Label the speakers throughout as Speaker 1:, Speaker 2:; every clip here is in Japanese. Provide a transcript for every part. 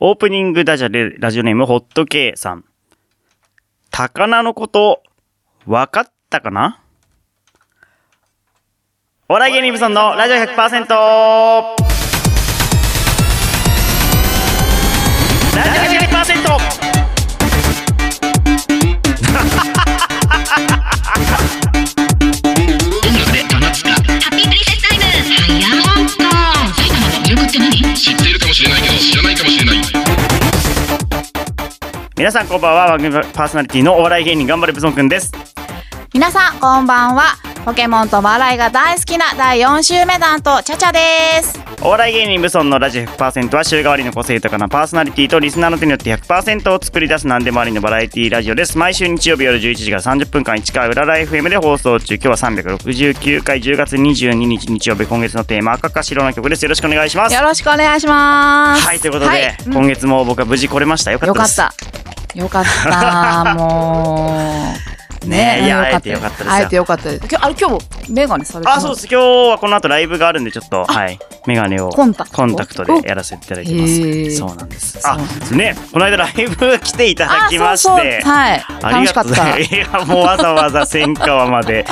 Speaker 1: オープニングダジャレ、ラジオネーム、ホットケイさん。高菜のこと、わかったかなオライゲニブソンのラジオ 100%! ラジオ 100%!
Speaker 2: ハッピープリンセスタイムダイヤモンド埼玉の魅力って何
Speaker 3: 知っているかもしれないけど知らないかもしれない
Speaker 1: 皆さんこんばんは、番組パーソナリティのお笑い芸人、頑張れブソンくんです。
Speaker 4: 皆さんこんばんはポケモンと笑いが大好きな第4週目担当チャチャです
Speaker 1: お笑い芸人ブソンのラジオ100%は週替わりの個性豊かなパーソナリティとリスナーの手によって100%を作り出す何でもありのバラエティラジオです。毎週日曜日夜11時から30分間1回裏ライフ m で放送中。今日は369回10月22日日曜日今月のテーマ赤か白の曲です。よろしくお願いします
Speaker 4: よ。ろしくお願いします
Speaker 1: はい、ということで、
Speaker 4: はいうん
Speaker 1: 今月も僕は無事来れました。よかっ
Speaker 4: よ
Speaker 1: たで
Speaker 4: かっ
Speaker 1: す。
Speaker 4: たよかったもう
Speaker 1: ねえいや
Speaker 4: うん
Speaker 1: 会えてよかったですよ
Speaker 4: 会えてよかったです今日あれ今日もメガネされてます
Speaker 1: あ、そうです。今日はこの後ライブがあるんで、ちょっと、はい、メガネを
Speaker 4: コンタクト
Speaker 1: コンタクトでやらせていただいてま
Speaker 4: へ
Speaker 1: す。
Speaker 4: ー
Speaker 1: そうなんです。
Speaker 4: そう
Speaker 1: あ
Speaker 4: なん、
Speaker 1: ね、この間ライブ来ていただ
Speaker 4: あ
Speaker 1: きまして。
Speaker 4: そうそうはい
Speaker 1: あ
Speaker 4: 楽
Speaker 1: り
Speaker 4: しか
Speaker 1: が
Speaker 4: っ
Speaker 1: とうござい
Speaker 4: た
Speaker 1: ます。いや、もうわざわざ千川まで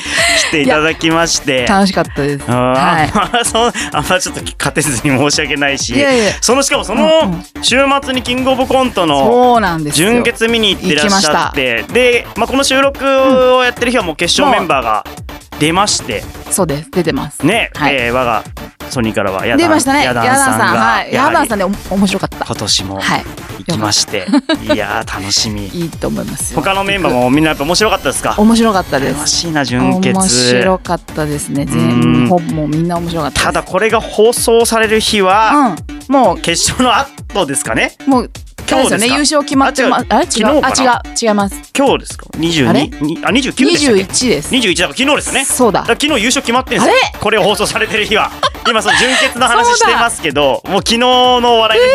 Speaker 1: 来ていただきまして。
Speaker 4: 楽しかったです
Speaker 1: うんあ
Speaker 4: は
Speaker 1: んま そあんまちょっと勝てずに申し訳ないし
Speaker 4: いやいや
Speaker 1: そのしかもその
Speaker 4: うんう
Speaker 1: 週末にキングオブコントの
Speaker 4: そうなんですよ
Speaker 1: 純潔見に行ってらっしゃってで、まあ、この収録をやってる日はもう決勝メンバーが出まして
Speaker 4: そうです出てます
Speaker 1: ね、
Speaker 4: はい
Speaker 1: えー我がソニーからはヤダ
Speaker 4: 出
Speaker 1: ン
Speaker 4: ましたね
Speaker 1: ヤ
Speaker 4: ヤ
Speaker 1: ダ
Speaker 4: ダ
Speaker 1: ン
Speaker 4: ンさ
Speaker 1: さん
Speaker 4: ん
Speaker 1: が
Speaker 4: はい
Speaker 1: や
Speaker 4: ヤ
Speaker 1: は
Speaker 4: ダ
Speaker 1: り
Speaker 4: ンさんねお面白かった
Speaker 1: 今年も
Speaker 4: はい
Speaker 1: 行きま して、い、やー楽しみ
Speaker 4: いいと思いますよ
Speaker 1: 他のメンバーもみんなやっぱ面白かったですか
Speaker 4: 面白かったで
Speaker 1: 楽
Speaker 4: す
Speaker 1: しいな純潔
Speaker 4: 面白かったですね
Speaker 1: うん
Speaker 4: 全本もみんな面白かったです
Speaker 1: ただこれが放送される日は、
Speaker 4: うん、も
Speaker 1: 決勝の後ですかね
Speaker 4: う、もう、
Speaker 1: 今日ですか
Speaker 4: あれよね、優勝決まってます。あれ違
Speaker 1: 違う
Speaker 4: う、
Speaker 1: 昨日か
Speaker 4: あ、違う、違います。
Speaker 1: 今日ですか
Speaker 4: あれ
Speaker 1: 22にあ29で
Speaker 4: 二
Speaker 1: した
Speaker 4: 十
Speaker 1: っけ
Speaker 4: 一です。
Speaker 1: 21だから昨日ですよね
Speaker 4: そうだ
Speaker 1: だ。から昨日優勝決まってんですよこれを放送されてる 日は今その純潔の話してますけどもう昨日のお笑いの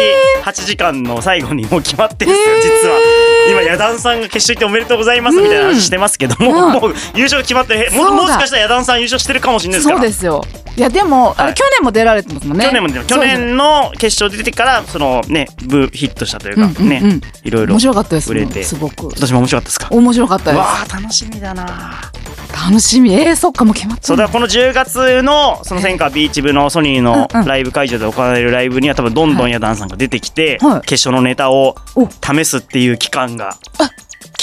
Speaker 1: 日、8時間の最後にもう決まってるんですよ、実は。今ヤダンさんが決勝行っておめでとうございますみたいな話してますけども、
Speaker 4: うん
Speaker 1: もう優勝決まってるへも
Speaker 4: そうだ
Speaker 1: もしかしたらヤダンさん優勝してるかもしれないですか
Speaker 4: そう
Speaker 1: ら
Speaker 4: ですよ。いや、でも、あ
Speaker 1: はい
Speaker 4: れ、去年も出られてますもんね。
Speaker 1: 去年も出て去
Speaker 4: そうです。
Speaker 1: 年の決勝出てからそのねブヒットしたというか、
Speaker 4: うんうん
Speaker 1: ね、
Speaker 4: うん
Speaker 1: いろいろ
Speaker 4: 面白かったです
Speaker 1: 売
Speaker 4: も
Speaker 1: れ
Speaker 4: ん。
Speaker 1: て
Speaker 4: すごく。
Speaker 1: 今年も面白かったですか
Speaker 4: 面白かったで
Speaker 1: わあ楽しみだな
Speaker 4: す。楽しみ。えー、そっか、もう決まった。
Speaker 1: そうだからこの10月のその戦火ビーチ部のソニーの
Speaker 4: うんうん
Speaker 1: ライブ会場で行われるライブには多分どんどんやダンさんが出てきて、
Speaker 4: はい
Speaker 1: 決勝のネタを
Speaker 4: お
Speaker 1: 試すっていう期間が
Speaker 4: あ
Speaker 1: 昨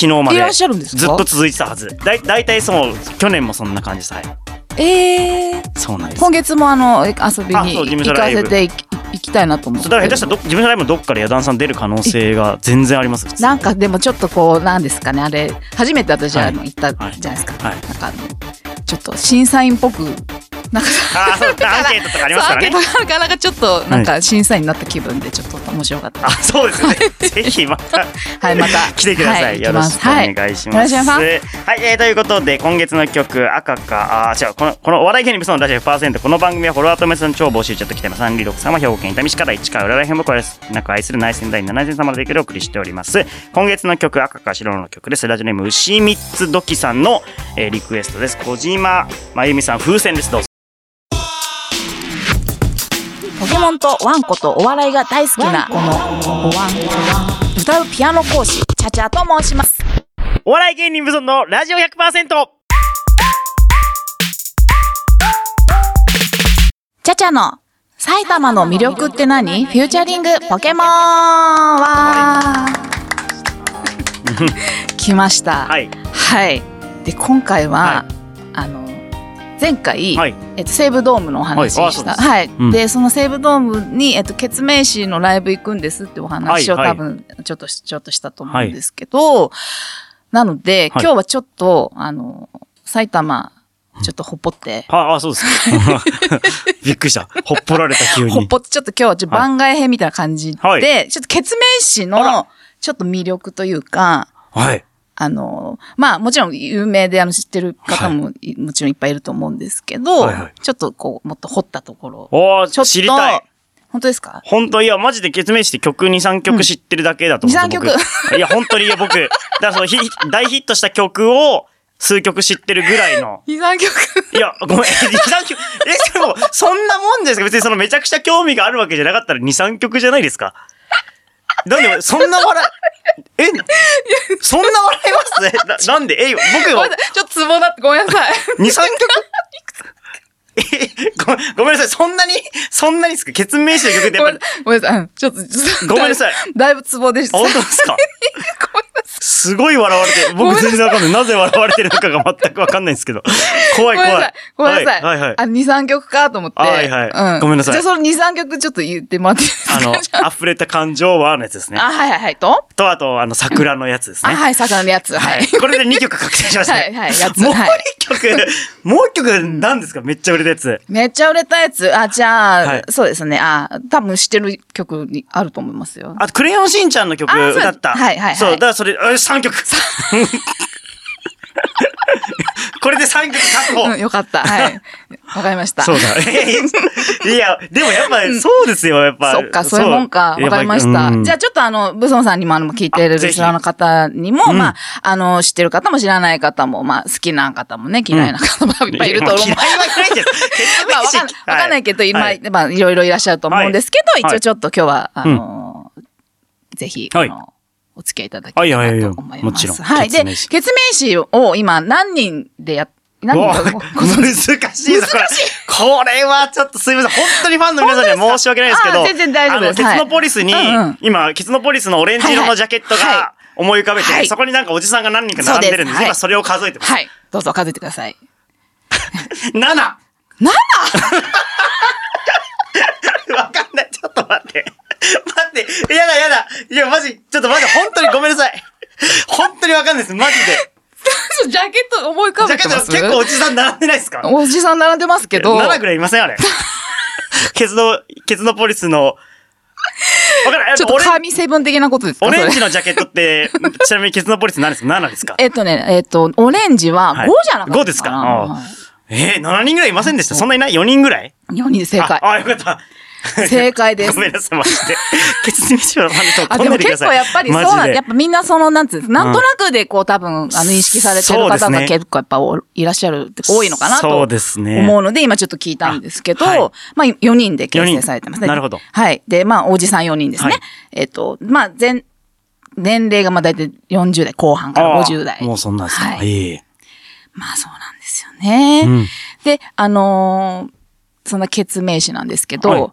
Speaker 1: 日ま
Speaker 4: い
Speaker 1: で
Speaker 4: らっしゃるんですか
Speaker 1: ずっと続いてたはずだい大体そう去年もそんな感じさえ
Speaker 4: えー、
Speaker 1: そうなんです
Speaker 4: 今月もあの、遊び
Speaker 1: あそう事
Speaker 4: に
Speaker 1: 務所
Speaker 4: 行
Speaker 1: ラ
Speaker 4: か
Speaker 1: イブ
Speaker 4: せていき行きたいなと思っ
Speaker 1: そ
Speaker 4: て。
Speaker 1: うだから下手したらど自分のライブのどっかでヤダンさん出る可能性が全然あります普通に
Speaker 4: なんかでもちょっとこうなんですかねあれ初めて私はあの
Speaker 1: はい
Speaker 4: 行ったじゃ
Speaker 1: は
Speaker 4: ないですか、
Speaker 1: はい
Speaker 4: なんかあのちょっと審査員っぽくなんか
Speaker 1: あそう アンケートとかありますからね
Speaker 4: そうアンケートがあるからなんかちょっとなんか審査員になった気分でちょっと面白かった
Speaker 1: あ
Speaker 4: です
Speaker 1: そうですねぜひまた
Speaker 4: はいまた
Speaker 1: 来てください、
Speaker 4: はい、
Speaker 1: よろしくお願いします。
Speaker 4: はいお願
Speaker 1: はいえーということで今月の曲赤かあー違うこのこのお笑い芸人ブソンのラジオ100%この番組はフォロワーとメッセージの超募集チャット来てます三里六様兵庫県伊丹市から市川浦和編僕はなく愛する内戦第7戦様でお送りしております。今月の曲赤か白の曲ですラジオネーム牛三つどきさんの、えーリクエストです小島真由美さん風船ですどうぞ。
Speaker 4: ポケモンとワンコとお笑いが大好きなこのおわんこわん歌うピアノ講師チャチャと申します
Speaker 1: お笑い芸人ブソンのラジオ 100%!
Speaker 4: チャチャの埼玉の魅力って何フューチャリングポケモンは 来ました
Speaker 1: はい
Speaker 4: はい。で今回は、
Speaker 1: は
Speaker 4: あの前回、
Speaker 1: はい
Speaker 4: えっと西武ドームのお話
Speaker 1: はいあ
Speaker 4: を
Speaker 1: そ
Speaker 4: し
Speaker 1: うで
Speaker 4: た。
Speaker 1: す
Speaker 4: はい。
Speaker 1: うん
Speaker 4: でその西武ドームにえっとケツメイシのライブ行くんですってお話を
Speaker 1: はいは
Speaker 4: 多
Speaker 1: い
Speaker 4: 分ちょっとしちょっとしたと思うんですけど、なので
Speaker 1: はい
Speaker 4: 今日はちょっとあの埼玉ちょっとほっぽって。
Speaker 1: ああそうですか びっくりしたほっぽられた急に
Speaker 4: ほっぽってちょっと今日はちょっと番外編みたいな感じで、
Speaker 1: はい
Speaker 4: ちょっとケツメイシ
Speaker 1: あ
Speaker 4: のちょっと魅力というか、
Speaker 1: はい
Speaker 4: あの、まあもちろん有名であの知ってる方も、いもちろんいっぱいいると思うんですけど、
Speaker 1: はいはい
Speaker 4: ちょっとこう、もっと掘ったところ。
Speaker 1: おー
Speaker 4: ちょっと
Speaker 1: 知りたい。
Speaker 4: 本当ですか
Speaker 1: 本当いや、マジで決明して曲2、3曲知ってるだけだと思う。
Speaker 4: うん2 3曲
Speaker 1: 僕いや、本当にいや、僕。だからそのヒ、大ヒットした曲を数曲知ってるぐらいの。
Speaker 4: 悲惨曲。
Speaker 1: いや、ごめん、2、3曲。え、でも、そんなもんですか別にそのめちゃくちゃ興味があるわけじゃなかったら2、3曲じゃないですかなんで、そんな笑い、え、そんな笑いますななんで、え、僕は
Speaker 4: ごめんなさいちょっとツボだってごめんなさい。
Speaker 1: 2、3曲 えごごめんなさい、そんなに、そんなにですか決明してる曲って
Speaker 4: ご
Speaker 1: や
Speaker 4: めん
Speaker 1: っ
Speaker 4: なさい。ごめんなさいうん。ちょっと、ちょっと
Speaker 1: ごめんなさい
Speaker 4: だぶだいぶツボでした。
Speaker 1: ぱ、本当ですか
Speaker 4: ごめんなさい
Speaker 1: すごい笑われて、
Speaker 4: ごめん
Speaker 1: 僕
Speaker 4: なさい
Speaker 1: 全然わかんない。なぜ笑われてるのかが全くわかんないんですけど。怖い
Speaker 4: ごめんな
Speaker 1: 怖
Speaker 4: さ
Speaker 1: い
Speaker 4: い。。ごめんなさい。
Speaker 1: はいはいはい。
Speaker 4: あ、2、3曲かと思って。
Speaker 1: はいはい
Speaker 4: うん。
Speaker 1: ごめんなさい
Speaker 4: じゃあその2、3曲ちょっと言ってもらっていいですか
Speaker 1: あの、溢れた感情はのやつですね。
Speaker 4: あ、はいはいはい。と
Speaker 1: と、あと、あの、桜のやつです
Speaker 4: あ、
Speaker 1: ね。
Speaker 4: はい、魚のやつ。は
Speaker 1: はいい。。これで2曲確定しましたね。
Speaker 4: はいはいやつ
Speaker 1: もう
Speaker 4: はい
Speaker 1: 1曲、もう1曲何ですかめっちゃ売れたやつ。
Speaker 4: めっちゃ売れたやつ。あ、じゃあ、
Speaker 1: はい
Speaker 4: そうですね。あ、多分知ってる曲にあると思いますよ。
Speaker 1: あと、クレヨンしんちゃんの曲
Speaker 4: あそう
Speaker 1: 歌った。
Speaker 4: はいはいはい
Speaker 1: そう、だからそれ、あ3曲。 これで3曲確保。
Speaker 4: うん、よかった。はい。わかりました。
Speaker 1: そう だ。いや、でもやっぱ、そうですよ、やっぱ。
Speaker 4: そっか、そういうもんか。わかりまし
Speaker 1: やっぱう
Speaker 4: た。
Speaker 1: ん
Speaker 4: じゃあちょっとあの、ブソンさんにもあの、聞いてる
Speaker 1: あぜ
Speaker 4: リ
Speaker 1: ひ
Speaker 4: スナーの方にも、まあ、あの、知ってる方も知らない方も、まあ、好きな方もね、嫌いな方もいっぱいいると思う。
Speaker 1: 嫌いはい ないです。結
Speaker 4: まあ、わかんわかんないけど、今、まあ、いろいろいらっしゃると思うんですけ
Speaker 1: は
Speaker 4: ど、
Speaker 1: いはい
Speaker 4: 一応ちょっと今日は、あの、ぜひ、あ
Speaker 1: はい
Speaker 4: の、お付き合いいただきたい
Speaker 1: あいやいやい
Speaker 4: な
Speaker 1: や
Speaker 4: と思いま
Speaker 1: も
Speaker 4: す。
Speaker 1: ちろん
Speaker 4: はい。
Speaker 1: ケ
Speaker 4: で、
Speaker 1: ツメイシ
Speaker 4: 決名詞を今、何人でや、何人か
Speaker 1: 難しいぞ、これ。これはちょっとすいません。本当にファンの皆さんには申し訳ないですけど。
Speaker 4: 本当ですかあ全然大丈夫です
Speaker 1: あの
Speaker 4: はい
Speaker 1: ケツノポリスに
Speaker 4: うんうん、
Speaker 1: 今、ケツノポリスのオレンジ色のジャケット
Speaker 4: はいはい
Speaker 1: が思い浮かべ
Speaker 4: は
Speaker 1: て、
Speaker 4: い
Speaker 1: そこになんかおじさんが何人か並んでるんで
Speaker 4: そ
Speaker 1: す。
Speaker 4: うですはい
Speaker 1: 今それを数えてます。
Speaker 4: はい。どうぞ数えてください。
Speaker 1: 7! わ かんない。ちょっと待って。待って。やだやだ。いや、マジ、ちょっとマジ、本当にごめんなさい。本当にわかんないです。マジで。
Speaker 4: ジャケット思い浮か
Speaker 1: ジ
Speaker 4: べ
Speaker 1: ャケ
Speaker 4: て
Speaker 1: ット
Speaker 4: ます
Speaker 1: 結構おじさん並んでないですか
Speaker 4: おじさん並んでますけど。
Speaker 1: 7ぐらいいませんあ れ。ケツの、ケツのポリスの、わからない。
Speaker 4: ちょっと
Speaker 1: オレン
Speaker 4: 神セブン的なことですか
Speaker 1: オレンジ
Speaker 4: それ
Speaker 1: のジャケットって、 ちなみにケツのポリス何ですか ?7 ですか
Speaker 4: えっとね、えっと、オレンジは5
Speaker 1: はい
Speaker 4: じゃなかったかな。
Speaker 1: 5ですかあえー、7人ぐらいいませんでしたそんないない ?4 人ぐらい
Speaker 4: 4人で正解
Speaker 1: あ。あ、よかった。
Speaker 4: 正解で す
Speaker 1: ごめんなさい、マジで。ケツにしろの話 を
Speaker 4: あ、
Speaker 1: 飛
Speaker 4: で
Speaker 1: ん
Speaker 4: も
Speaker 1: でてく
Speaker 4: 結
Speaker 1: ださい。
Speaker 4: 構やっぱりそう
Speaker 1: マジ
Speaker 4: なん
Speaker 1: で
Speaker 4: やっぱみんなその、なんつうんですかなんとなくでこう多分、あの、認識されてる
Speaker 1: そうです
Speaker 4: 方
Speaker 1: ね
Speaker 4: が結構やっぱおいらっしゃる、多いのかなと。
Speaker 1: そうですね
Speaker 4: 思うので、今ちょっと聞いたんですけど、
Speaker 1: あはい
Speaker 4: まあ、4人で形成されてます
Speaker 1: 四人
Speaker 4: ね。
Speaker 1: なるほど
Speaker 4: はい。で、まあ、おじさん4人ですね。
Speaker 1: はい
Speaker 4: えっと、まあ、全、年齢がまあ大体40代後半から50代。
Speaker 1: あーもうそんなんですか。
Speaker 4: はい
Speaker 1: ええ
Speaker 4: まあそうなんですよね。
Speaker 1: うん
Speaker 4: で、あのーそんな決名詞なんですけど、
Speaker 1: はい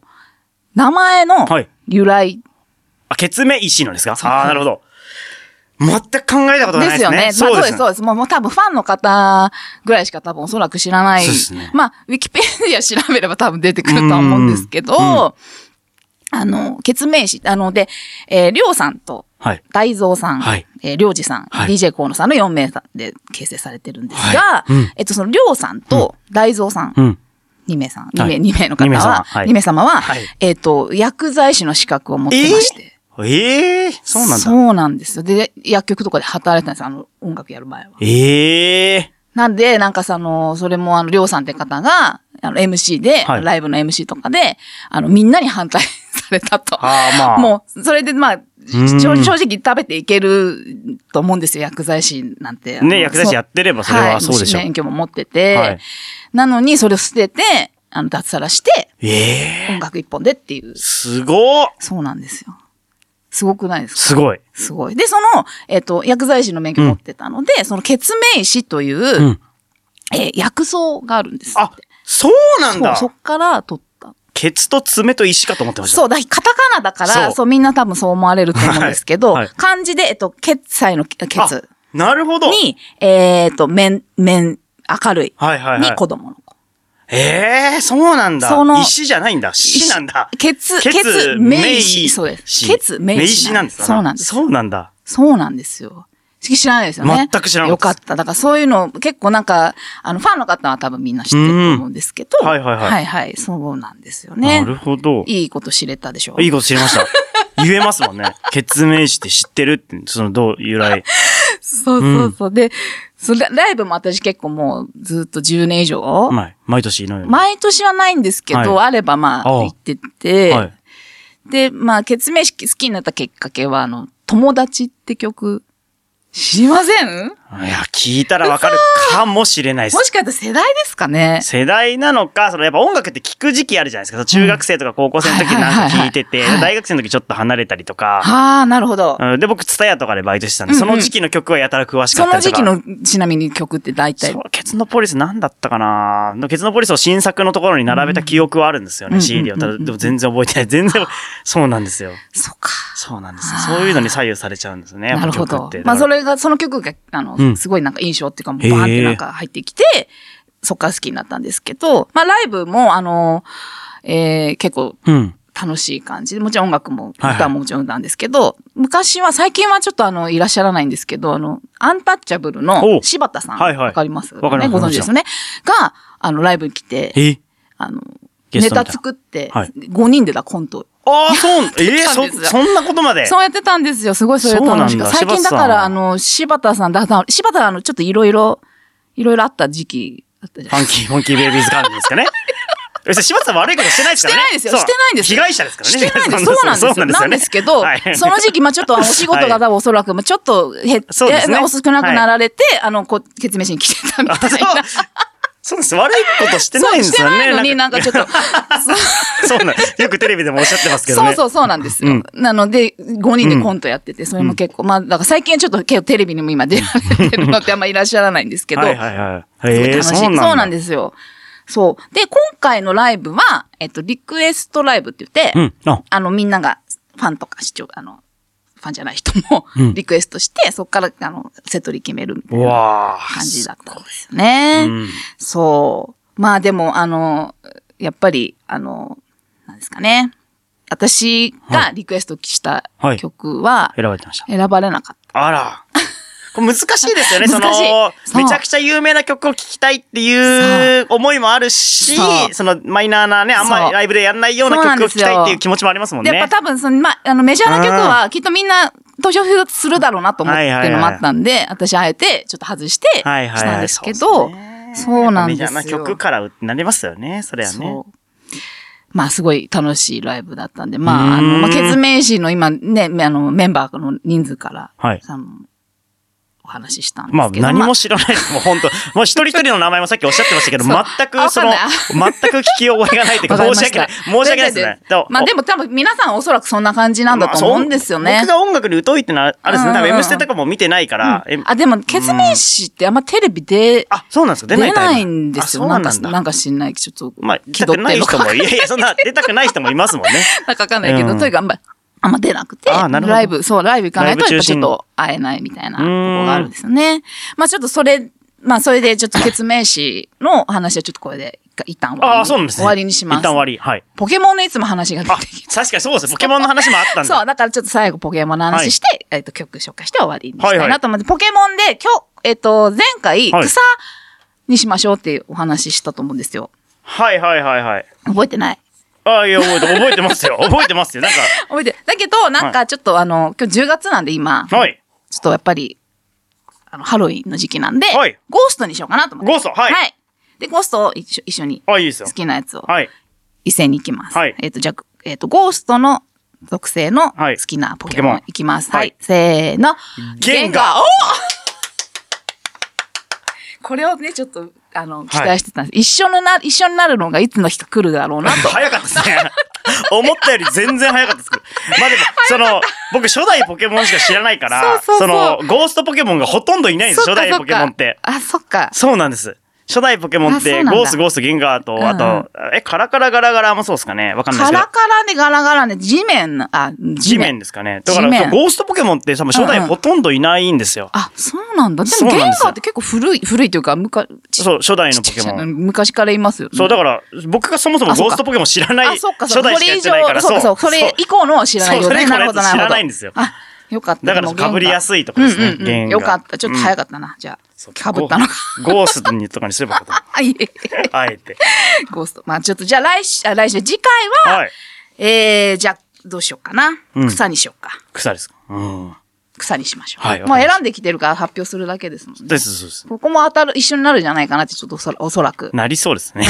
Speaker 4: 名前の
Speaker 1: はい
Speaker 4: 由来
Speaker 1: あ、ケツメ石のですか
Speaker 4: そう
Speaker 1: ああ、なるほど。全く考えたことがないです
Speaker 4: で
Speaker 1: す
Speaker 4: よね。
Speaker 1: ね。
Speaker 4: まあそうです、そうです。もうもう多分ファンの方ぐらいしか多分おそらく知らない。
Speaker 1: そうですね
Speaker 4: まあ、ウィキペディア調べれば多分出てくるとは思うんですけど、
Speaker 1: うんうん
Speaker 4: あの、決名詞、あの、で、えーりょうさんと、
Speaker 1: はい。
Speaker 4: 大蔵さん、
Speaker 1: はい
Speaker 4: えーりょうじさん、
Speaker 1: はい
Speaker 4: DJ 河野さんの4名で形成されてるんですが、
Speaker 1: はいうん
Speaker 4: えっと、そのりょうさんと大蔵さん
Speaker 1: うん。
Speaker 4: 2名さん、2
Speaker 1: は
Speaker 4: 名、
Speaker 1: い
Speaker 4: 二名の方
Speaker 1: 二名
Speaker 4: は
Speaker 1: 様、はい
Speaker 4: 2名様は
Speaker 1: はい、
Speaker 4: えっと、薬剤師の資格を持ってまして。
Speaker 1: ええー、そうなん
Speaker 4: そ
Speaker 1: だ。
Speaker 4: うなんですよ。で、薬局とかで働いてたんですあの、音楽やる前は。
Speaker 1: ええ
Speaker 4: なんで、なんかその、それもあの、りょうさんって方が、あの、MC で、
Speaker 1: はい
Speaker 4: ライブの MC とかで、あの、みんなに反対 されたと。
Speaker 1: ああ、まあ。
Speaker 4: もう、それで、まあ、
Speaker 1: ん
Speaker 4: 正正直食べていけると思うんですよ、薬剤師なんて。あの
Speaker 1: ね、薬剤師やってればそれはそうでしょう。
Speaker 4: 免許も持ってて、
Speaker 1: はい
Speaker 4: なのにそれを捨てて、あの、脱サラして、
Speaker 1: ええ
Speaker 4: 音楽一本でっていう。
Speaker 1: すごっ
Speaker 4: そうなんですよ。すごくないですか
Speaker 1: すごい。
Speaker 4: すごい。で、その、えっ、と、薬剤師の免許持ってたので、その、血明師という、
Speaker 1: ん
Speaker 4: えー薬草があるんです
Speaker 1: あ
Speaker 4: って。、
Speaker 1: そうなんだ
Speaker 4: そう、そっから取った。
Speaker 1: ケツと爪と石かと思ってました。
Speaker 4: そう、だからカタカナだから、そ
Speaker 1: そうう、
Speaker 4: みんな多分そう思われると思うんですけど、
Speaker 1: はいはい
Speaker 4: 漢字で、えっ、と、決済の決
Speaker 1: あなるほど。
Speaker 4: に、えっ、と、面、面、明るい。
Speaker 1: はいはいはい
Speaker 4: に子供の子。
Speaker 1: ええそうなんだ。
Speaker 4: その
Speaker 1: 石じゃないんだ。石なんだ。
Speaker 4: 血、
Speaker 1: ケツ
Speaker 4: 血、名詞。そうです。
Speaker 1: し
Speaker 4: 血、名
Speaker 1: 名
Speaker 4: 詞
Speaker 1: 詞
Speaker 4: な
Speaker 1: なんん
Speaker 4: で。
Speaker 1: ですす
Speaker 4: そうなんです。
Speaker 1: そうなんだ。
Speaker 4: そうなんですよ。知らないですよね。
Speaker 1: 全く知らな
Speaker 4: よか
Speaker 1: か
Speaker 4: っ。
Speaker 1: った
Speaker 4: だからそういうの、結構なんか、あの、ファンの方は多分みんな知ってると思うんですけど。
Speaker 1: うんはいはいはい
Speaker 4: はいはい。そうなんですよね。
Speaker 1: なるほど。
Speaker 4: いいこと知れたでしょ
Speaker 1: いいこと知りました。言えますもんね。 血明詞って知ってるって、その、どう、由来。
Speaker 4: そうそうそう。で、それライブも私結構もうずっと10年以上、
Speaker 1: はい。毎年のように。
Speaker 4: 毎年はないんですけど、
Speaker 1: は
Speaker 4: あればまあ
Speaker 1: ああ
Speaker 4: 行ってて、
Speaker 1: はい。
Speaker 4: で、まあ、決名式好きになったきっかけは、あの、友達って曲知りません
Speaker 1: いや、聞いたらわかるかもしれないです
Speaker 4: も。しかしたら世代ですかね
Speaker 1: 世代なのか、そのやっぱ音楽って聞く時期あるじゃないですか。その中学生とか高校生の時なんか聞いてて、
Speaker 4: はいはいはいはい
Speaker 1: 大学生の時ちょっと離れたりとか、
Speaker 4: はあ、なるほど。
Speaker 1: うんで、僕、ツタヤとかでバイトしてたんで、
Speaker 4: うんうん
Speaker 1: その時期の曲はやたら詳しか
Speaker 4: そ
Speaker 1: った
Speaker 4: の
Speaker 1: りと
Speaker 4: 時
Speaker 1: か。
Speaker 4: 期の、ちなみに曲って大体。
Speaker 1: そうケツのポリスなんだったかなケツのポリスを新作のところに並べた記憶はあるんですよね、
Speaker 4: うん
Speaker 1: CD を。た
Speaker 4: う
Speaker 1: だ、
Speaker 4: んうん
Speaker 1: でも全然覚えてない。全然、そうなんですよ。
Speaker 4: そうか。
Speaker 1: そうなんですね。そういうのに左右されちゃうんですね。
Speaker 4: なるほ
Speaker 1: 曲
Speaker 4: ど
Speaker 1: って。
Speaker 4: まあ、それが、その曲が、あの、
Speaker 1: うん
Speaker 4: すごいなんか印象っていうか、も
Speaker 1: へえ
Speaker 4: うバーンってなんか入ってきて、そっから好きになったんですけど、まあ、ライブも、あの、えー結構
Speaker 1: うん。
Speaker 4: 楽しい感じで、もちろん音楽も、
Speaker 1: はいはい
Speaker 4: 歌ももちろんなんですけど、昔は、最近はちょっとあの、いらっしゃらないんですけど、あの、アンタッチャブル
Speaker 1: お
Speaker 4: の柴田さん、わ、
Speaker 1: はいはい
Speaker 4: かります
Speaker 1: わかります
Speaker 4: ね、ご存知ですよね。が、あの、ライブに来て、
Speaker 1: え
Speaker 4: あの、
Speaker 1: ゲス
Speaker 4: ネ
Speaker 1: トみたいな
Speaker 4: タ作って、
Speaker 1: はい
Speaker 4: 5人でだコント。
Speaker 1: ああ、 そう、えー、
Speaker 4: たんです
Speaker 1: そ、
Speaker 4: よ
Speaker 1: そんなことまで。
Speaker 4: そうやってたんですよ。すごいそれ楽し
Speaker 1: そう
Speaker 4: く。
Speaker 1: なんだ
Speaker 4: 最近
Speaker 1: 柴田
Speaker 4: だか
Speaker 1: さん
Speaker 4: ら、あの、柴田さん、だから柴田はあの、ちょっといろいろ、いろいろあった時期だったじゃ
Speaker 1: フ
Speaker 4: な
Speaker 1: ァ
Speaker 4: い
Speaker 1: ンキー、ファンキーベイビーズ感です かね。別に柴田さん悪いことしてないですからね。
Speaker 4: してないですよ
Speaker 1: そう
Speaker 4: してないですよ
Speaker 1: 被害者ですからね。
Speaker 4: してない んです。
Speaker 1: 柴田
Speaker 4: そうなん
Speaker 1: さ
Speaker 4: ですよ。なんですけど、その時期、まあちょっとあのお仕事
Speaker 1: は
Speaker 4: が
Speaker 1: い
Speaker 4: 多分おそらく、まあちょっと減って、
Speaker 1: そうですね
Speaker 4: お少なくなられて、あの、こう、決めしに来てたみたい
Speaker 1: そう
Speaker 4: な。
Speaker 1: そうです。悪いことしてないん
Speaker 4: そ
Speaker 1: で
Speaker 4: うし
Speaker 1: す
Speaker 4: て
Speaker 1: よね。
Speaker 4: ないのになんかちょ っと、
Speaker 1: そうなんよくテレビでもおっしゃってますけどね。
Speaker 4: そうそうそうなんですよ。なので、5人でコントやってて、それも結構、まあ、だから最近ちょっと結構テレビにも今出られてるのってあんまいらっしゃらないんですけど、
Speaker 1: はいはいはい。
Speaker 4: すごい
Speaker 1: へえ、
Speaker 4: 楽しい。
Speaker 1: そ
Speaker 4: そうう
Speaker 1: なん
Speaker 4: なん
Speaker 1: で
Speaker 4: ですよ。そう。で、今回のライブは、えっと、リクエストライブって言って、
Speaker 1: うん。あ、
Speaker 4: あの、みんなが、ファンとか視聴、あの、ファンじゃない人も
Speaker 1: うん、
Speaker 4: リクエストして、そこから、あの、セトリ決めるみたいうな
Speaker 1: わあ。
Speaker 4: 感じだったんですよね。
Speaker 1: うん
Speaker 4: そう。まあでも、あの、やっぱり、あの、なんですかね。私がリクエストした
Speaker 1: はい
Speaker 4: 曲は、
Speaker 1: 選ばれてました。
Speaker 4: 選ばれなかった。
Speaker 1: あら。これ難しいですよね、その
Speaker 4: 難しいそう
Speaker 1: めちゃくちゃ有名な曲を聴きたいっていう思いもあるし、
Speaker 4: そう
Speaker 1: そのマイナーなね、あんま
Speaker 4: そ
Speaker 1: り
Speaker 4: う
Speaker 1: ライブでやんないような
Speaker 4: そうなん
Speaker 1: 曲を聴
Speaker 4: です
Speaker 1: き
Speaker 4: よ
Speaker 1: たいっていう気持ちもありますもん
Speaker 4: で、や
Speaker 1: ね
Speaker 4: っ。ぱ多分その、ま、あの、メジャーな曲は、きっとみんな、投票するだろうなと思って
Speaker 1: はいはいはい
Speaker 4: るのもあったんで、私、あえて、ちょっと外して、
Speaker 1: はいはいはい
Speaker 4: したんですけど、そうな
Speaker 1: メ
Speaker 4: んですよ。
Speaker 1: ジャーな曲からなりますよね、それはね。
Speaker 4: そうまあ、すごい楽しいライブだったんで、まあ、あ
Speaker 1: うー
Speaker 4: の、
Speaker 1: ん
Speaker 4: まあ、ケツメイシの今ね、あの、メンバーの人数から、
Speaker 1: はい
Speaker 4: あの、お話ししたんで
Speaker 1: まあ
Speaker 4: すけど。
Speaker 1: 何も知らないです。もう本当。もう一人一人の名前もさっきおっしゃってましたけど、
Speaker 4: そう
Speaker 1: 全くその、
Speaker 4: あわ
Speaker 1: 全く聞き覚えがないっていうか、
Speaker 4: わか
Speaker 1: 申
Speaker 4: りま
Speaker 1: し
Speaker 4: し
Speaker 1: 訳な
Speaker 4: た
Speaker 1: い。申し訳ないですね。
Speaker 4: 全然まあでも多分皆さんおそらくそんな感じなんだと思うんですよ
Speaker 1: まあそう。
Speaker 4: ね
Speaker 1: 僕が音楽に疎いってのはあるんですね。
Speaker 4: うん
Speaker 1: 多
Speaker 4: うんうん
Speaker 1: 分 M ステとかも見てないから。え
Speaker 4: あ、でも、ケツメイシってあんまテレビで
Speaker 1: あ、そうなんですか出
Speaker 4: 出
Speaker 1: な
Speaker 4: ないい
Speaker 1: タイプ
Speaker 4: んですよ。
Speaker 1: あそ
Speaker 4: な
Speaker 1: うんな
Speaker 4: か、
Speaker 1: ん
Speaker 4: なん
Speaker 1: だ。
Speaker 4: か知んない、ちょっと、
Speaker 1: まあ、
Speaker 4: 気
Speaker 1: 出た
Speaker 4: 取
Speaker 1: く
Speaker 4: っ
Speaker 1: な
Speaker 4: て
Speaker 1: い
Speaker 4: んの
Speaker 1: 人
Speaker 4: か
Speaker 1: も、いやいや、そんな、出たくない人もいますもん ね。
Speaker 4: なんかわかんないけど、
Speaker 1: うん
Speaker 4: とにかくあんま、あんま出なくて、
Speaker 1: あーなるほど
Speaker 4: ライブ、そう、ライブ行かないと、
Speaker 1: ライブ
Speaker 4: や
Speaker 1: 中
Speaker 4: っぱち
Speaker 1: 心
Speaker 4: ょっと会えないみたいなとこがあるんですよね。まあちょっとそれ、まあそれでちょっと決名詞の話はちょっとこれで一旦終わりに
Speaker 1: ああ、そうなんですね。
Speaker 4: 終わりにしま
Speaker 1: 一
Speaker 4: す
Speaker 1: 旦終。わり。はい。
Speaker 4: ポケモンのいつも話が出
Speaker 1: あ、
Speaker 4: てきて。
Speaker 1: 確かにそうですね。ポケモンの話もあったん
Speaker 4: そう、
Speaker 1: だ。
Speaker 4: だからちょっと最後ポケモンの話して、えっと曲紹介して終わりにしたいなと思って、ポケモンで今日、えっと前回
Speaker 1: はい
Speaker 4: 草にしましょうっていうお話ししたと思うんですよ。
Speaker 1: はいはいはいはい。
Speaker 4: 覚えてない
Speaker 1: あ、いや、覚えて、覚えてますよ。覚えてますよ。なんか、
Speaker 4: 覚えて。だけど、なんかちょっとあの、今日10月なんで今、ちょ
Speaker 1: はい。
Speaker 4: っとやっぱり、あの、ハロウィンの時期なんで、
Speaker 1: はい
Speaker 4: ゴーストにしようかなと思って。
Speaker 1: ゴースト、はい。
Speaker 4: で、ゴーストを一緒一緒に、
Speaker 1: あ、いいですよ
Speaker 4: 好。きなやつを
Speaker 1: はい。
Speaker 4: 一斉に行きます。
Speaker 1: はい
Speaker 4: えっ、と、じゃあ、えっ、と、ゴーストの属性の
Speaker 1: はい
Speaker 4: 好きなポケモ
Speaker 1: ポ
Speaker 4: ン
Speaker 1: ケモン
Speaker 4: いきます。
Speaker 1: はい
Speaker 4: はい。せーの。
Speaker 1: ゲンガ
Speaker 4: おー これをね、ちょっと、あの、期待してたんです。一緒のな、一緒になるのがいつの日か来るだろうなと。
Speaker 1: 早かったですね。 思ったより全然早かったですけど。まあでも、その、僕初代ポケモンしか知らないから、
Speaker 4: そうそうそう
Speaker 1: の、ゴーストポケモンがほとんどいないんです、
Speaker 4: そ
Speaker 1: 初
Speaker 4: っか
Speaker 1: 代ポケモンって。
Speaker 4: そっかあ、そっか。
Speaker 1: そうなんです。初代ポケモンっ
Speaker 4: あ
Speaker 1: て、
Speaker 4: そうなんだ
Speaker 1: ゴース、ゴース、ゲンガーと、
Speaker 4: んうん
Speaker 1: あと、え、カラカラガラガラもそうですかねわかんないです
Speaker 4: カ
Speaker 1: け
Speaker 4: ラ
Speaker 1: ど。
Speaker 4: カラね、ガラガラね、地面な、あ、地
Speaker 1: 地面
Speaker 4: 面。
Speaker 1: ですかね。だから
Speaker 4: 地面
Speaker 1: そう、ゴーストポケモンって多分初代
Speaker 4: うんうん
Speaker 1: ほとんどいないんですよ。
Speaker 4: あ、そうなんだ。で
Speaker 1: そう
Speaker 4: も、
Speaker 1: なん
Speaker 4: ゲン
Speaker 1: ですよ
Speaker 4: ガーって結構古い、古いというか、昔、ち
Speaker 1: そう、初代のポ
Speaker 4: ち
Speaker 1: ケ
Speaker 4: っちゃ
Speaker 1: モ
Speaker 4: い
Speaker 1: ン。
Speaker 4: 昔からいますよね。
Speaker 1: そう、だから、僕がそもそも
Speaker 4: あそ
Speaker 1: ゴ
Speaker 4: うか
Speaker 1: ーストポケモン知らない、
Speaker 4: あ、そっか、そ
Speaker 1: 初
Speaker 4: っか。
Speaker 1: 代
Speaker 4: そ
Speaker 1: しか
Speaker 4: れ
Speaker 1: や
Speaker 4: 以
Speaker 1: って
Speaker 4: 上
Speaker 1: ないから、、
Speaker 4: そうか、そう。それ以降のは知らないよ
Speaker 1: そうそれ
Speaker 4: ね。
Speaker 1: 以降
Speaker 4: な
Speaker 1: のや
Speaker 4: るほ
Speaker 1: つ
Speaker 4: ど、なるほど。
Speaker 1: 知らないんですよ
Speaker 4: あ、よかった。
Speaker 1: だから
Speaker 4: で
Speaker 1: そう
Speaker 4: もゲンガー
Speaker 1: 被りやすいとこですね
Speaker 4: うんう
Speaker 1: ゲ
Speaker 4: んう
Speaker 1: ン
Speaker 4: ん。
Speaker 1: ガー
Speaker 4: よかった。ちょっと早かったな。じゃ
Speaker 1: そう
Speaker 4: あ、被ったのか。
Speaker 1: ゴゴーストにとかにすればよかっ
Speaker 4: はい。
Speaker 1: たあえて。
Speaker 4: ゴースト。まあ、ちょっと、じゃあ来週、あ来週、次回は、
Speaker 1: はい。
Speaker 4: えー、じゃあ、どうしようかな。
Speaker 1: うん
Speaker 4: 草にしようか。
Speaker 1: 草ですか。うん。
Speaker 4: 草にしましょう。
Speaker 1: はいわ
Speaker 4: も
Speaker 1: か
Speaker 4: う
Speaker 1: りました
Speaker 4: 選んできてるから発表するだけですもんね。
Speaker 1: です、そうです。
Speaker 4: ここも当たる、一緒になるんじゃないかなって、ちょっとおそらおそらく。
Speaker 1: なりそうですね。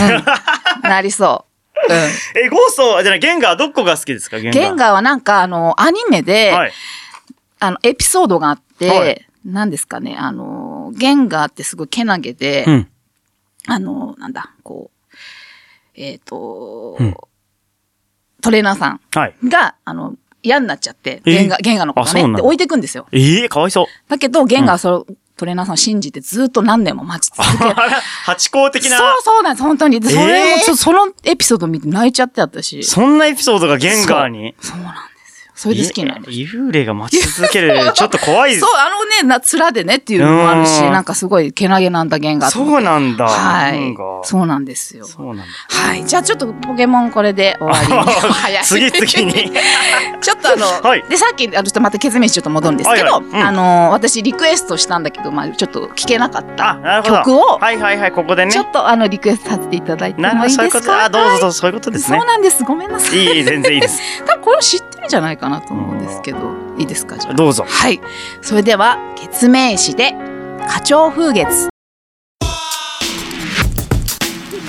Speaker 4: な りそう。うん。
Speaker 1: え、ゴースト、じゃない、ゲンガーどこが好きですかゲンガー。
Speaker 4: ゲンガーはなんか、あの、アニメで、
Speaker 1: はい。
Speaker 4: あの、エピソードがあって、
Speaker 1: はい
Speaker 4: 何ですかね、あの、ゲンガーってすごいけなげで、
Speaker 1: うん。
Speaker 4: あの、なんだ、こう、えっ、と、
Speaker 1: うん
Speaker 4: トレーナーさん
Speaker 1: はい。
Speaker 4: が、あの、嫌になっちゃって、
Speaker 1: え
Speaker 4: ゲンガー、ゲンガーのこと
Speaker 1: あそう
Speaker 4: ね、
Speaker 1: なんだ
Speaker 4: で置いてくんですよ。
Speaker 1: ええかわいそう。
Speaker 4: だけど、ゲンガーはその、トレーナーさんを信じてずっと何年も待ち続けて、
Speaker 1: あら、ハチ公的
Speaker 4: そ
Speaker 1: な。
Speaker 4: うそうなんです、本当に。でそれも、
Speaker 1: えー
Speaker 4: ちょそのエピソード見て泣いちゃってあったし。
Speaker 1: そんなエピソードがゲンガーに。
Speaker 4: そうなんですよ。それで好きになる。
Speaker 1: い幽霊が待ち続ける、ちょっと怖いです
Speaker 4: そう、あのね、な、面でねっていうのもあるし、
Speaker 1: うん
Speaker 4: なんかすごい、けなげなんだゲンガーと
Speaker 1: そ
Speaker 4: 思
Speaker 1: う
Speaker 4: って
Speaker 1: なんだ。
Speaker 4: は
Speaker 1: ゲン
Speaker 4: い
Speaker 1: ガー。
Speaker 4: そうなんですよ。
Speaker 1: そうなんだ。
Speaker 4: はい。じゃあちょっとポケモンこれで終わ りに。早い
Speaker 1: 次々に。
Speaker 4: ちょっとあの、
Speaker 1: はい
Speaker 4: でさっきあのちょっとまたケツメイシちょっと戻るんですけど、
Speaker 1: はいはいうん
Speaker 4: あの私リクエストしたんだけどまあちょっと聞けなかっ
Speaker 1: あ、なる
Speaker 4: た
Speaker 1: ほど。
Speaker 4: 曲を
Speaker 1: はいはいはい、ここでね
Speaker 4: ちょ。っとあのリクエストさせていただいても
Speaker 1: なるほ
Speaker 4: い
Speaker 1: ど、
Speaker 4: い
Speaker 1: そうい
Speaker 4: で
Speaker 1: うこ
Speaker 4: す
Speaker 1: とで。
Speaker 4: か。
Speaker 1: あ、どう
Speaker 4: は
Speaker 1: ぞ
Speaker 4: い
Speaker 1: どうぞ、そういうことです
Speaker 4: そう
Speaker 1: ね。
Speaker 4: なんです。ごめんなさい。
Speaker 1: いいいい、全然いいです。
Speaker 4: 多分これを知ってるんじゃないかなと思うんですけど、いいですかじゃあ。
Speaker 1: どうぞ。
Speaker 4: はい。それではケツメイシで花鳥風月。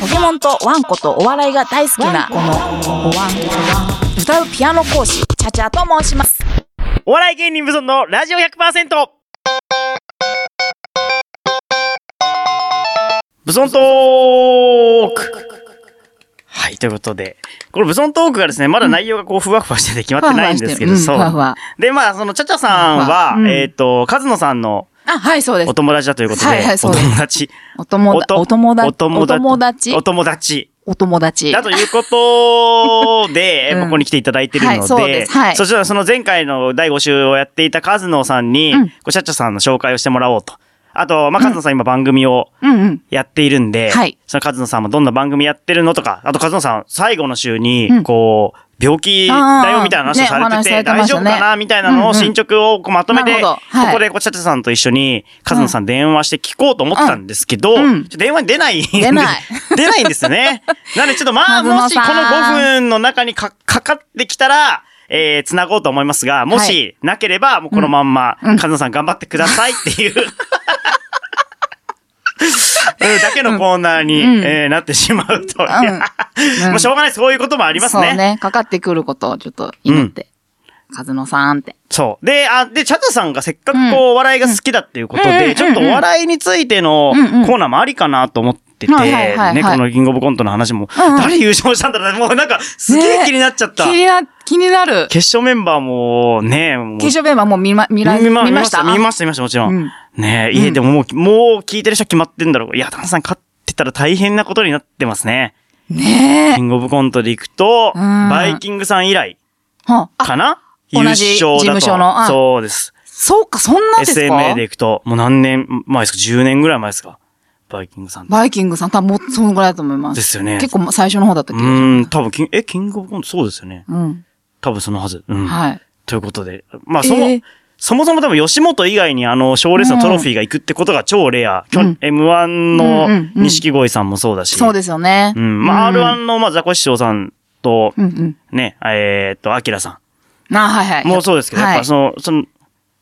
Speaker 4: ポケモンとワンコとお笑いが大好きなこのおわん歌うピアノ講師チャチャと申します。
Speaker 1: お笑い芸人無尊のラジオ 100%! 無尊トークはい、ということで。この無尊トークがですね、まだ内容がこう、ふわふわしてて決まってないんですけど、
Speaker 4: ふ
Speaker 1: そ
Speaker 4: わふわしてるうんふわふ
Speaker 1: う。で、ま
Speaker 4: わ。
Speaker 1: あ、その、ちゃちゃさん
Speaker 4: ふわ
Speaker 1: は、
Speaker 4: ふわうん
Speaker 1: えっ、と、カズノさんの
Speaker 4: あ、はい、そうです
Speaker 1: お。友達だということで、
Speaker 4: はいはい
Speaker 1: お
Speaker 4: そうです
Speaker 1: 友達。
Speaker 4: お友達、お友達、
Speaker 1: お友達。
Speaker 4: お
Speaker 1: お、友
Speaker 4: 友達
Speaker 1: 達。
Speaker 4: お友達。
Speaker 1: だということで、
Speaker 4: うん
Speaker 1: ここに来ていただいてるので、
Speaker 4: はいそうですはい
Speaker 1: そしたらその前回の第5週をやっていたカズノさんに、
Speaker 4: うん
Speaker 1: こうシャッチャさんの紹介をしてもらおうと。あと、まあ、カズノさん今番組を
Speaker 4: うんうん。
Speaker 1: やっているんで、
Speaker 4: はい
Speaker 1: そのカズノさんもどんな番組やってるのとか、あとカズノさん最後の週に
Speaker 4: う、ん
Speaker 1: こう、病気だよみたいな話を
Speaker 4: あ
Speaker 1: されてて、
Speaker 4: ーねお話しされてま
Speaker 1: 大
Speaker 4: し
Speaker 1: 丈夫
Speaker 4: たね
Speaker 1: かなみたいなの
Speaker 4: うんう
Speaker 1: を
Speaker 4: ん
Speaker 1: 進捗をこうまとめて、
Speaker 4: なるほ
Speaker 1: こ
Speaker 4: どはい
Speaker 1: こでこう、チャチャさんと一緒に、カズノさん電話して聞こうと思ってたんですけど、
Speaker 4: うんうん
Speaker 1: ちょっと電話に出ないんで。
Speaker 4: 出ない
Speaker 1: 出ないんですよ ね。なんでちょっとまあ、
Speaker 4: カズノさん
Speaker 1: もしこの5分の中にか、かかってきたら、えー、繋ごうと思いますが、も
Speaker 4: は
Speaker 1: し、なければ、もうこのまんま、
Speaker 4: うん
Speaker 1: カズノさん頑張ってくださいって いう、うんだけのコーナーに、
Speaker 4: うん
Speaker 1: えーなってしまうと。
Speaker 4: ん
Speaker 1: いや
Speaker 4: うん
Speaker 1: まあ、しょうがない、そういうこともあります
Speaker 4: そう
Speaker 1: ね。
Speaker 4: ね。かかってくることをちょっと祈って。カズノさんって。
Speaker 1: そう。で、あ、で、チャタさんがせっかくこう、お笑いが好きだっていうこと
Speaker 4: うんうんうん
Speaker 1: で、
Speaker 4: うん
Speaker 1: ちょっとお笑いについての
Speaker 4: うんうん
Speaker 1: コーナーもありかなと思ってて、
Speaker 4: はいはいはいはい
Speaker 1: ね、このキングオブコントの話も、
Speaker 4: うんうん
Speaker 1: 誰優勝したんだろうもうなんか、すげえ
Speaker 4: ね
Speaker 1: 気になっちゃった。
Speaker 4: 気にな、気になる。
Speaker 1: 決勝メンバーもね、もう
Speaker 4: 決勝弁はもう見ま、見ら、見
Speaker 1: ま
Speaker 4: ました
Speaker 1: 見ました、見ました、もちろん。
Speaker 4: うん
Speaker 1: ねえ、いや、
Speaker 4: うん
Speaker 1: でももう、もう聞いてる人は決まってんだろうが。いや、ダンさん勝ってたら大変なことになってますね。
Speaker 4: ね
Speaker 1: キングオブコントで行くと、
Speaker 4: うん
Speaker 1: バイキングさん以来
Speaker 4: え。はあ、
Speaker 1: かな優勝
Speaker 4: 同
Speaker 1: だと。
Speaker 4: じ事務所のあ
Speaker 1: そうです。
Speaker 4: そうか、そんなですか
Speaker 1: SMA で行くと、もう何年前ですか ?10 年ぐらい前ですかバイキングさんって。
Speaker 4: バイキングさん、多分もうそのぐらいだと思います。
Speaker 1: ですよね
Speaker 4: 結構最初の方だった
Speaker 1: う
Speaker 4: 気がしま
Speaker 1: ーん、多分キン、え、キングオブコントそうですよね。
Speaker 4: す。うん。
Speaker 1: 多分そのはず。うん。
Speaker 4: はい。
Speaker 1: ということで。まあ、そも、
Speaker 4: えー
Speaker 1: そもそも多分吉本以外にあの、賞レースのトロフィーが行くってことが超レア。去年 M1
Speaker 4: うんうん
Speaker 1: の
Speaker 4: うん
Speaker 1: 錦鯉さんもそうだし。
Speaker 4: そうですよね。
Speaker 1: うん。まあ、
Speaker 4: うん
Speaker 1: R1 の、まあ、ザコシショウさんと、
Speaker 4: うんうん。
Speaker 1: ね、えーっと、アキラさ
Speaker 4: あ、はいはい。
Speaker 1: ん。もうそうですけど、
Speaker 4: はい
Speaker 1: やっぱその、その、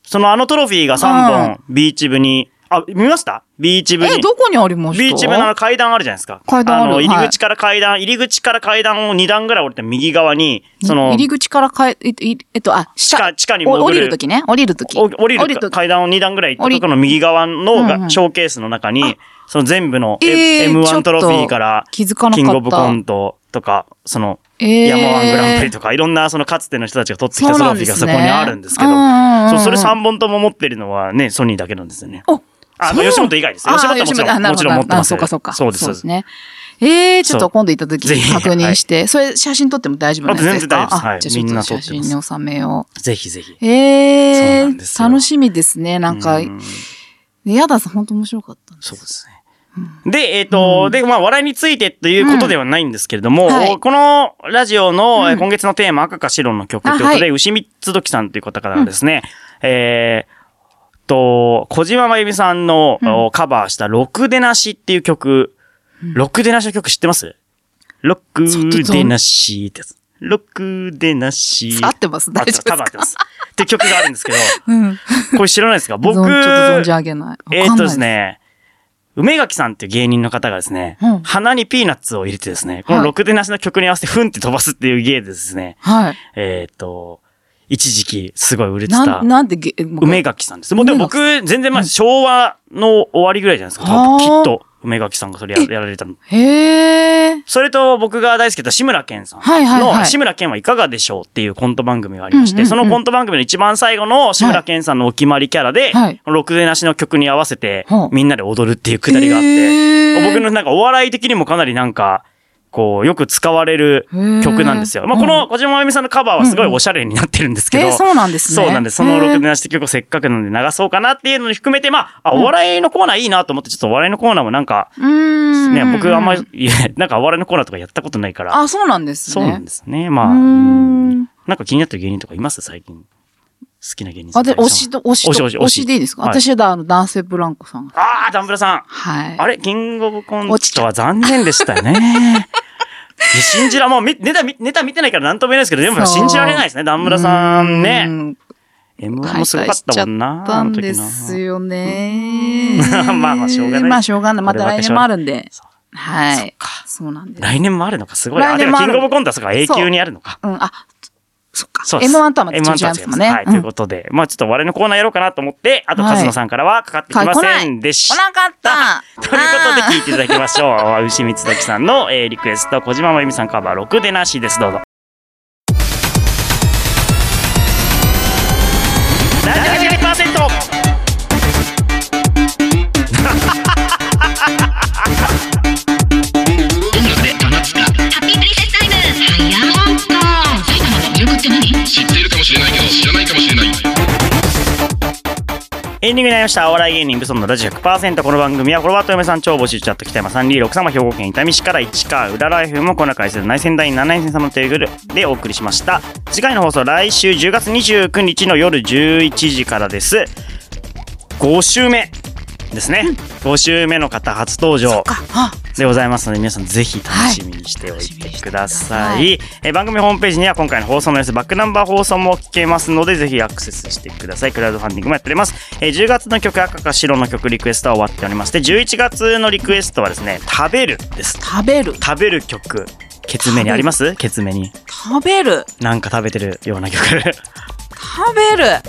Speaker 1: そのあのトロフィーが3本、ビーチ部に、あ、見ましたビーチ部に。
Speaker 4: え、どこにありました
Speaker 1: ビーチ部のあの階段あるじゃないですか。
Speaker 4: 階段ある
Speaker 1: の、入
Speaker 4: は
Speaker 1: り
Speaker 4: い
Speaker 1: 口から階段、入り口から階段を2段ぐらい降りて右側に、その
Speaker 4: 入、り口からかえ、えっと、いえっと、あ、地
Speaker 1: 下地下に戻れる
Speaker 4: 降りるときね。降りるとき。
Speaker 1: お降り
Speaker 4: 降
Speaker 1: る
Speaker 4: りるとき。
Speaker 1: 階段を2段ぐらい行った
Speaker 4: 降
Speaker 1: と
Speaker 4: り
Speaker 1: ころの右側の
Speaker 4: うんう
Speaker 1: が
Speaker 4: ん
Speaker 1: ショーケースの中に、その全部の
Speaker 4: え
Speaker 1: M-
Speaker 4: ーちょ
Speaker 1: M1
Speaker 4: っと
Speaker 1: トロフィーから、
Speaker 4: 気づかなかった
Speaker 1: キングオブコントとか、その、
Speaker 4: え
Speaker 1: ヤマワングランプリとか、いろんなそのかつての人たちが取ってきた
Speaker 4: そう
Speaker 1: ト
Speaker 4: な
Speaker 1: ロ
Speaker 4: ん
Speaker 1: フィー
Speaker 4: です
Speaker 1: が
Speaker 4: ね
Speaker 1: そこにあるんですけど
Speaker 4: うんうんうんう、ん
Speaker 1: そうそれ3本とも持ってるのはね、ソニーだけなんですよね。
Speaker 4: お
Speaker 1: あ、
Speaker 4: そう
Speaker 1: まあ吉本以外です。
Speaker 4: あー
Speaker 1: 吉本はもち
Speaker 4: 吉
Speaker 1: ろん、
Speaker 4: あなる
Speaker 1: も
Speaker 4: ほ
Speaker 1: ち
Speaker 4: ど
Speaker 1: ろん持ってます。
Speaker 4: そうかそうか。
Speaker 1: そうです、そうです。
Speaker 4: ね。えー、ちょっ
Speaker 1: そう
Speaker 4: と今度行った時
Speaker 1: ぜひ
Speaker 4: 確認して、それ写真撮っても大丈夫なんですか
Speaker 1: あ全然大丈夫ですはい
Speaker 4: あじゃあちょっと
Speaker 1: みんな撮っ
Speaker 4: 写
Speaker 1: てます
Speaker 4: 真に収めよ
Speaker 1: ぜひぜひ。
Speaker 4: う。え
Speaker 1: そうなんです
Speaker 4: ー、
Speaker 1: よ
Speaker 4: 楽しみですね。なんか
Speaker 1: う、ん
Speaker 4: やださん本当面白かったんです
Speaker 1: そうですね。で、えっ、と、で、まあ、笑いについてということではないんですけれども、
Speaker 4: うんはい
Speaker 1: このラジオの、えー
Speaker 4: うん
Speaker 1: 今月のテーマ、赤か白の曲ということ
Speaker 4: あ
Speaker 1: で、
Speaker 4: はい
Speaker 1: 牛三つどきさんという方からですね、えー、と、小島真由美さんの、
Speaker 4: うん
Speaker 1: おカバーした、ろくでなしっていう曲、ろくでなしの曲知ってますろくでなしってやつ。ろくでなし。
Speaker 4: 合ってます大丈夫ですか
Speaker 1: あ多分合ってます。って曲があるんですけど、
Speaker 4: うん。
Speaker 1: これ知らないです か
Speaker 4: 僕、
Speaker 1: 僕
Speaker 4: ちょっ、と存じ上げない。わかんない
Speaker 1: えーっとです。ね、梅垣さんっていう芸人の方がですね、
Speaker 4: うん
Speaker 1: 鼻にピーナッツを入れてですね、この
Speaker 4: はい
Speaker 1: ろくでなしの曲に合わせてフンって飛ばすっていう芸でですね、
Speaker 4: はい。
Speaker 1: えーっと、一時期、すごい売れて
Speaker 4: な
Speaker 1: た
Speaker 4: ん、。なんでげ、
Speaker 1: 梅垣さんです。もうでも僕、全然まあ、昭和の終わりぐらいじゃないですか。多
Speaker 4: あー
Speaker 1: 分きっと、梅垣さんがそれややられたの。
Speaker 4: へー。
Speaker 1: それと僕が大好きだった志村けんさん
Speaker 4: はいはいはい
Speaker 1: の志村けんはいかがでしょうっていうコント番組がありまし
Speaker 4: うんう
Speaker 1: て、
Speaker 4: んうん
Speaker 1: そのコント番組の一番最後の志村けんさんのお決まりキャラで
Speaker 4: はい、
Speaker 1: ろくでなしの曲に合わせて
Speaker 4: ほう
Speaker 1: みんなで踊るっていうくだりがあって、
Speaker 4: へー
Speaker 1: 僕のなんかお笑い的にもかなりなんか、こう、よく使われる曲なんですよ。
Speaker 4: へー
Speaker 1: まあこの小島あゆみさんのカバーはすごいおしゃれになってるんですけど、
Speaker 4: えーそうなんですね。
Speaker 1: そうなんです。その
Speaker 4: へー
Speaker 1: 録音して曲をせっかくなんで流そうかなっていうのに含めて、まあ、あ、お笑いのコーナーいいなと思って、ちょっとお笑いのコーナーもなんか、
Speaker 4: うーん。
Speaker 1: ね、僕あんまり、いやなんかお笑いのコーナーとかやったことないから、
Speaker 4: あ、そうなんですね。
Speaker 1: そうなん
Speaker 4: で
Speaker 1: ですね。まあ、
Speaker 4: うー
Speaker 1: うん
Speaker 4: ん。
Speaker 1: なんか気になってる芸人とかいます最近。好きな芸人さ
Speaker 4: あ、
Speaker 1: ん。
Speaker 4: で、推しと、推しと、
Speaker 1: 推し推し推し
Speaker 4: 推しでいいですか
Speaker 1: はい
Speaker 4: 私だ、あの、男性ブランコさんが。
Speaker 1: ああ、ダンブラさん。
Speaker 4: はい。
Speaker 1: あれ、キングオブコントは残念でした ね。信じら、もうみネタ見、ネタ見てないから何とも言えないですけど、でも
Speaker 4: そう
Speaker 1: 信じられないですね。ダンブラさん
Speaker 4: うー
Speaker 1: ね。
Speaker 4: ん。
Speaker 1: M1
Speaker 4: 解
Speaker 1: もすごか
Speaker 4: 散
Speaker 1: っ
Speaker 4: しち
Speaker 1: た
Speaker 4: ゃっ
Speaker 1: もんな。
Speaker 4: た
Speaker 1: あの
Speaker 4: ん
Speaker 1: 時な
Speaker 4: ですよね
Speaker 1: う。ん まあまあしょうがない
Speaker 4: まあしょうがない。また
Speaker 1: こればっか
Speaker 4: 来
Speaker 1: し
Speaker 4: 年
Speaker 1: ょう
Speaker 4: もあるんで
Speaker 1: そ。
Speaker 4: はい。
Speaker 1: そっか
Speaker 4: そうなんです。
Speaker 1: 来年もあるのか、すごい。あ、
Speaker 4: 来
Speaker 1: でも
Speaker 4: 年もあ
Speaker 1: キン
Speaker 4: る
Speaker 1: グオブコントはそうか、永久にあるのか。
Speaker 4: うん、あ、そっか。
Speaker 1: そうです。
Speaker 4: M1 とはまた違いますもんね。
Speaker 1: はい、
Speaker 4: う
Speaker 1: というんことで、まあちょっと我々のコーナーやろうかなと思って、あと、
Speaker 4: はい
Speaker 1: カズノさんからはかかってきま
Speaker 4: か来な
Speaker 1: せ
Speaker 4: い
Speaker 1: んでした。
Speaker 4: 来なかった。
Speaker 1: ということで聞い
Speaker 4: あー
Speaker 1: ていただきましょう。牛光時さんの、えーリクエスト、小島真由美さんカバー、ろくでなしです。どうぞ。ラジオ80%
Speaker 3: 音楽で放つか
Speaker 2: ハッピープリンセスタイムダイヤモンド埼玉の魅力って何
Speaker 3: 知っているかもしれないけど知らないかもしれない
Speaker 1: エンディングになりました。お笑い芸人、ブソンのラジオ100%。この番組は、フォロワーと嫁さん、超募集チャット、北山326様、兵庫県伊丹市から市川、浦ライフも、この中にする内戦第7戦様のテーブルでお送りしました。次回の放送、来週10月29日の夜11時からです。5週目ですね。5週目の方、初登場。
Speaker 4: かあ
Speaker 1: でございますので皆さんぜひ楽しみにしておいてください、
Speaker 4: はい
Speaker 1: えー番組ホームページには今回の放送の様子バックナンバー放送も聞けますのでぜひアクセスしてくださいクラウドファンディングもやっております、えー10月の曲赤か白の曲リクエストは終わっておりまして11月のリクエストはですね食べるです
Speaker 4: 食べる。
Speaker 1: 食べる曲ケツメにあります ケツメに
Speaker 4: 食べる。
Speaker 1: なんか食べてるような曲
Speaker 4: 食べる。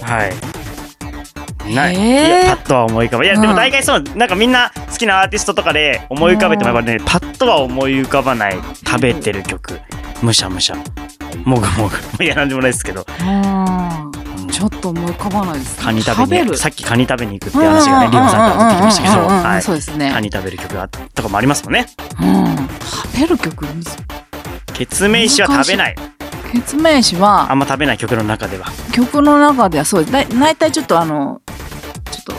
Speaker 1: はいない,、
Speaker 4: えー
Speaker 1: いやパッとは思い浮かばいや、でも大概そうなんかみんな好きなアーティストとかで思い浮かべてもやっぱねパッとは思い浮かばない食べてる曲むしゃむしゃもぐもぐいやなんでもないですけど
Speaker 4: うんちょっと思い浮かばないですね。
Speaker 1: カニ食べに
Speaker 4: る。
Speaker 1: さっきカニ食べに行くって話がねリオさんから出てきましたけど
Speaker 4: うんうんうんうんうんうん
Speaker 1: はい
Speaker 4: そうです
Speaker 1: カ
Speaker 4: ね。
Speaker 1: ニ食べる曲がとかもありますもんね
Speaker 4: うん食べる曲むず
Speaker 1: ケツメイシは食べない
Speaker 4: ケツメイシ
Speaker 1: あ
Speaker 4: は
Speaker 1: んま食べない曲の中では
Speaker 4: 曲の中ではそうです。だい大体ちょっとあの、ちょっと、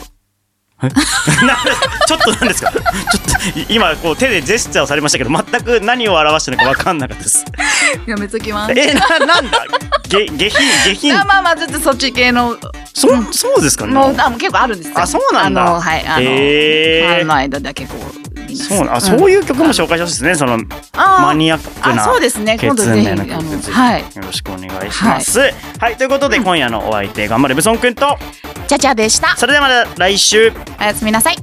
Speaker 1: なんでちょっとなんですかちょっとい今こう手でジェスチャーをされましたけど全く何を表してるのか分かんなかったです
Speaker 4: やめときます。
Speaker 1: えななんだ げ下品下品
Speaker 4: あまあまあ、ちょっとそっち系の、
Speaker 1: そそうですかね
Speaker 4: の歌も結構あるんですよ。
Speaker 1: あそうなんだ
Speaker 4: あの、はい、あの、
Speaker 1: へー
Speaker 4: ファンの間だけこう、
Speaker 1: そうなあそう
Speaker 4: いう
Speaker 1: いう曲も紹介してほしいですね、そのマ
Speaker 4: マ
Speaker 1: ニアック
Speaker 4: あ、
Speaker 1: な
Speaker 4: そうですね。今度
Speaker 1: 血
Speaker 4: ぜひ、
Speaker 1: 面
Speaker 4: あ
Speaker 1: の
Speaker 4: の、
Speaker 1: 曲ぜひ
Speaker 4: はい。
Speaker 1: よろしくお願いしますはい、ということで今夜のお相手頑張れブソンくんと
Speaker 4: ちゃちゃでした。
Speaker 1: それではまた来週
Speaker 4: おやすみなさい。